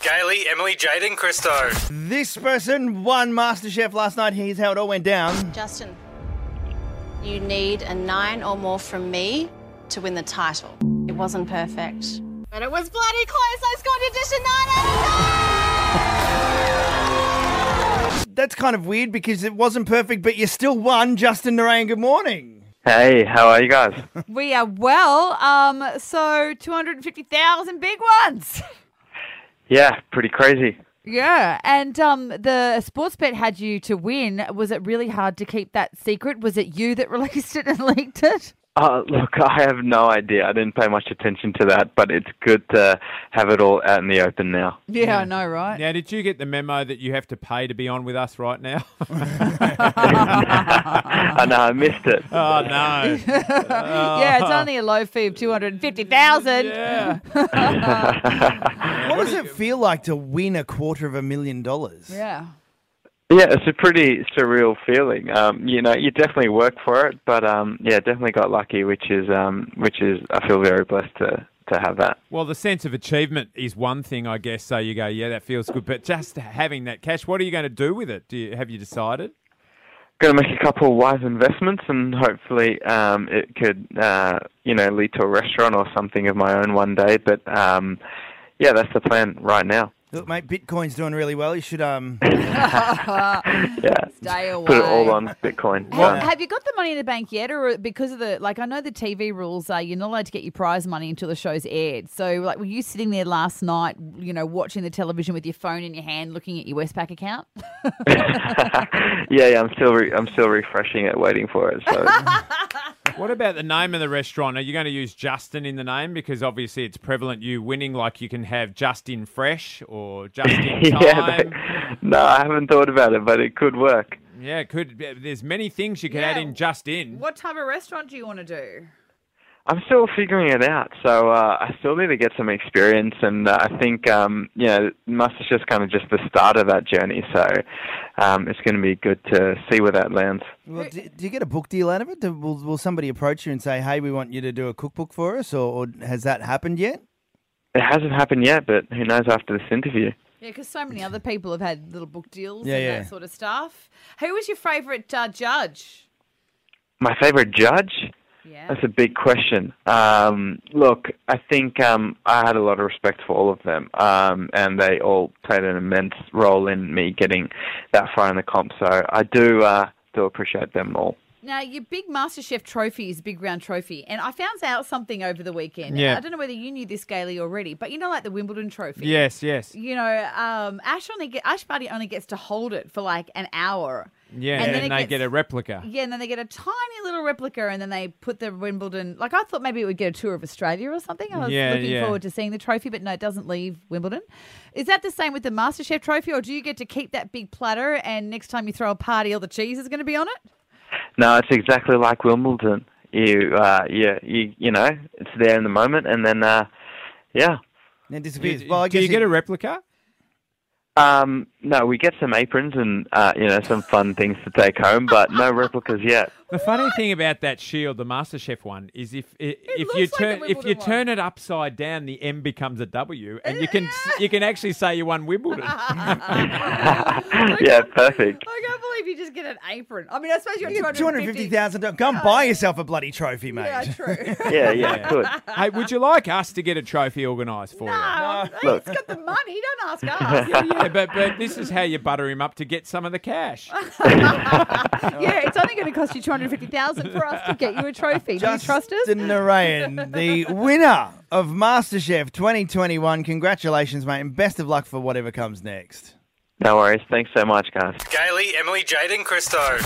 Gailey, Emily, Jade, and Christo. This person won MasterChef last night. Here's how it all went down. Justin, you need a nine or more from me to win the title. It wasn't perfect. But it was bloody close. I scored edition nine That's kind of weird because it wasn't perfect, but you still won. Justin Narayan, good morning. Hey, how are you guys? We are well. Um, so 250,000 big ones. yeah, pretty crazy. Yeah. And um, the sports bet had you to win. Was it really hard to keep that secret? Was it you that released it and leaked it? Uh, look, I have no idea. I didn't pay much attention to that, but it's good to have it all out in the open now. Yeah, I know, right? Now, did you get the memo that you have to pay to be on with us right now? I know, I missed it. oh, no. yeah, it's only a low fee of 250,000. Yeah. What does it feel like to win a quarter of a million dollars? Yeah. Yeah, it's a pretty surreal feeling. Um, you know, you definitely work for it, but um, yeah, definitely got lucky, which is um, which is I feel very blessed to to have that. Well, the sense of achievement is one thing, I guess. So you go, yeah, that feels good. But just having that cash, what are you going to do with it? Do you have you decided? Going to make a couple of wise investments, and hopefully, um, it could uh, you know lead to a restaurant or something of my own one day. But um, yeah, that's the plan right now. Look, mate, Bitcoin's doing really well. You should um Yeah, Stay away. put it all on Bitcoin. Have, Done. have you got the money in the bank yet, or because of the like? I know the TV rules are you're not allowed to get your prize money until the show's aired. So, like, were you sitting there last night, you know, watching the television with your phone in your hand, looking at your Westpac account? yeah, yeah, I'm still re- I'm still refreshing it, waiting for it. So What about the name of the restaurant? Are you going to use Justin in the name because obviously it's prevalent you winning, like you can have Justin Fresh or Justin yeah, Time. but- no, I haven't thought about it, but it could work. yeah, it could. be- There's many things you can add Yeah. in just in. What type of restaurant do you want to do? I'm still figuring it out, so uh, I still need to get some experience, and uh, I think um, you know, Master's just kind of just the start of that journey. So um, it's going to be good to see where that lands. well, do, do you get a book deal out of it? Do, will, will somebody approach you and say, "Hey, we want you to do a cookbook for us," or, or has that happened yet? It hasn't happened yet, but who knows after this interview? Yeah, because so many other people have had little book deals Yeah, and yeah. that sort of stuff. Who was your favourite uh, judge? My favorite judge. Yeah. That's a big question. Um, look, I think um, I had a lot of respect for all of them, um, and they all played an immense role in me getting that far in the comp. So I do uh, do appreciate them all. Now, your big MasterChef trophy is a big round trophy. And I found out something over the weekend. Yeah. I don't know whether you knew this, Gailey, already, but you know, like the Wimbledon trophy. Yes, yes. you know, um, Ash only get, Ash Barty only gets to hold it for like an hour. Yeah, and, it then they gets- get a replica. Yeah, and then they get a tiny little replica, and then they put the Wimbledon. Like I thought, maybe it would get a tour of Australia or something. I was Yeah, looking yeah. forward to seeing the trophy, but no, it doesn't leave Wimbledon. Is that the same with the MasterChef trophy, or do you get to keep that big platter? And next time you throw a party, all the cheese is going to be on it. No, it's exactly like Wimbledon. You, uh, yeah, you, you know, it's there in the moment, and then, uh, yeah. And it Do, disappears. well, I do guess you get it- a replica? Um, no, we get some aprons and uh, you know some fun things to take home, but no replicas yet. The funny thing about that shield, the MasterChef one, is if i if looks you like the turn if you Wimbledon one. turn it upside down, the M becomes a W, and you can s you can actually say you won Wimbledon. yeah, perfect. I can't believe you just get an apron. I mean, I suppose you're You get two hundred fifty 250,000. Go and buy yourself a bloody trophy, mate. Yeah, true. Yeah, yeah, good. hey, would you like us to get a trophy organised for you? Oh, Look. He's got the money. Don't ask us. Yeah, but but this is how you butter him up to get some of the cash. Yeah, it's only going to cost you two hundred fifty thousand for us to get you a trophy. Do you trust us? Justin Narayan, the winner of MasterChef 2021. Congratulations, mate, and best of luck for whatever comes next. No worries. Thanks so much, guys. Gailey, Emily, Jade, and Christo.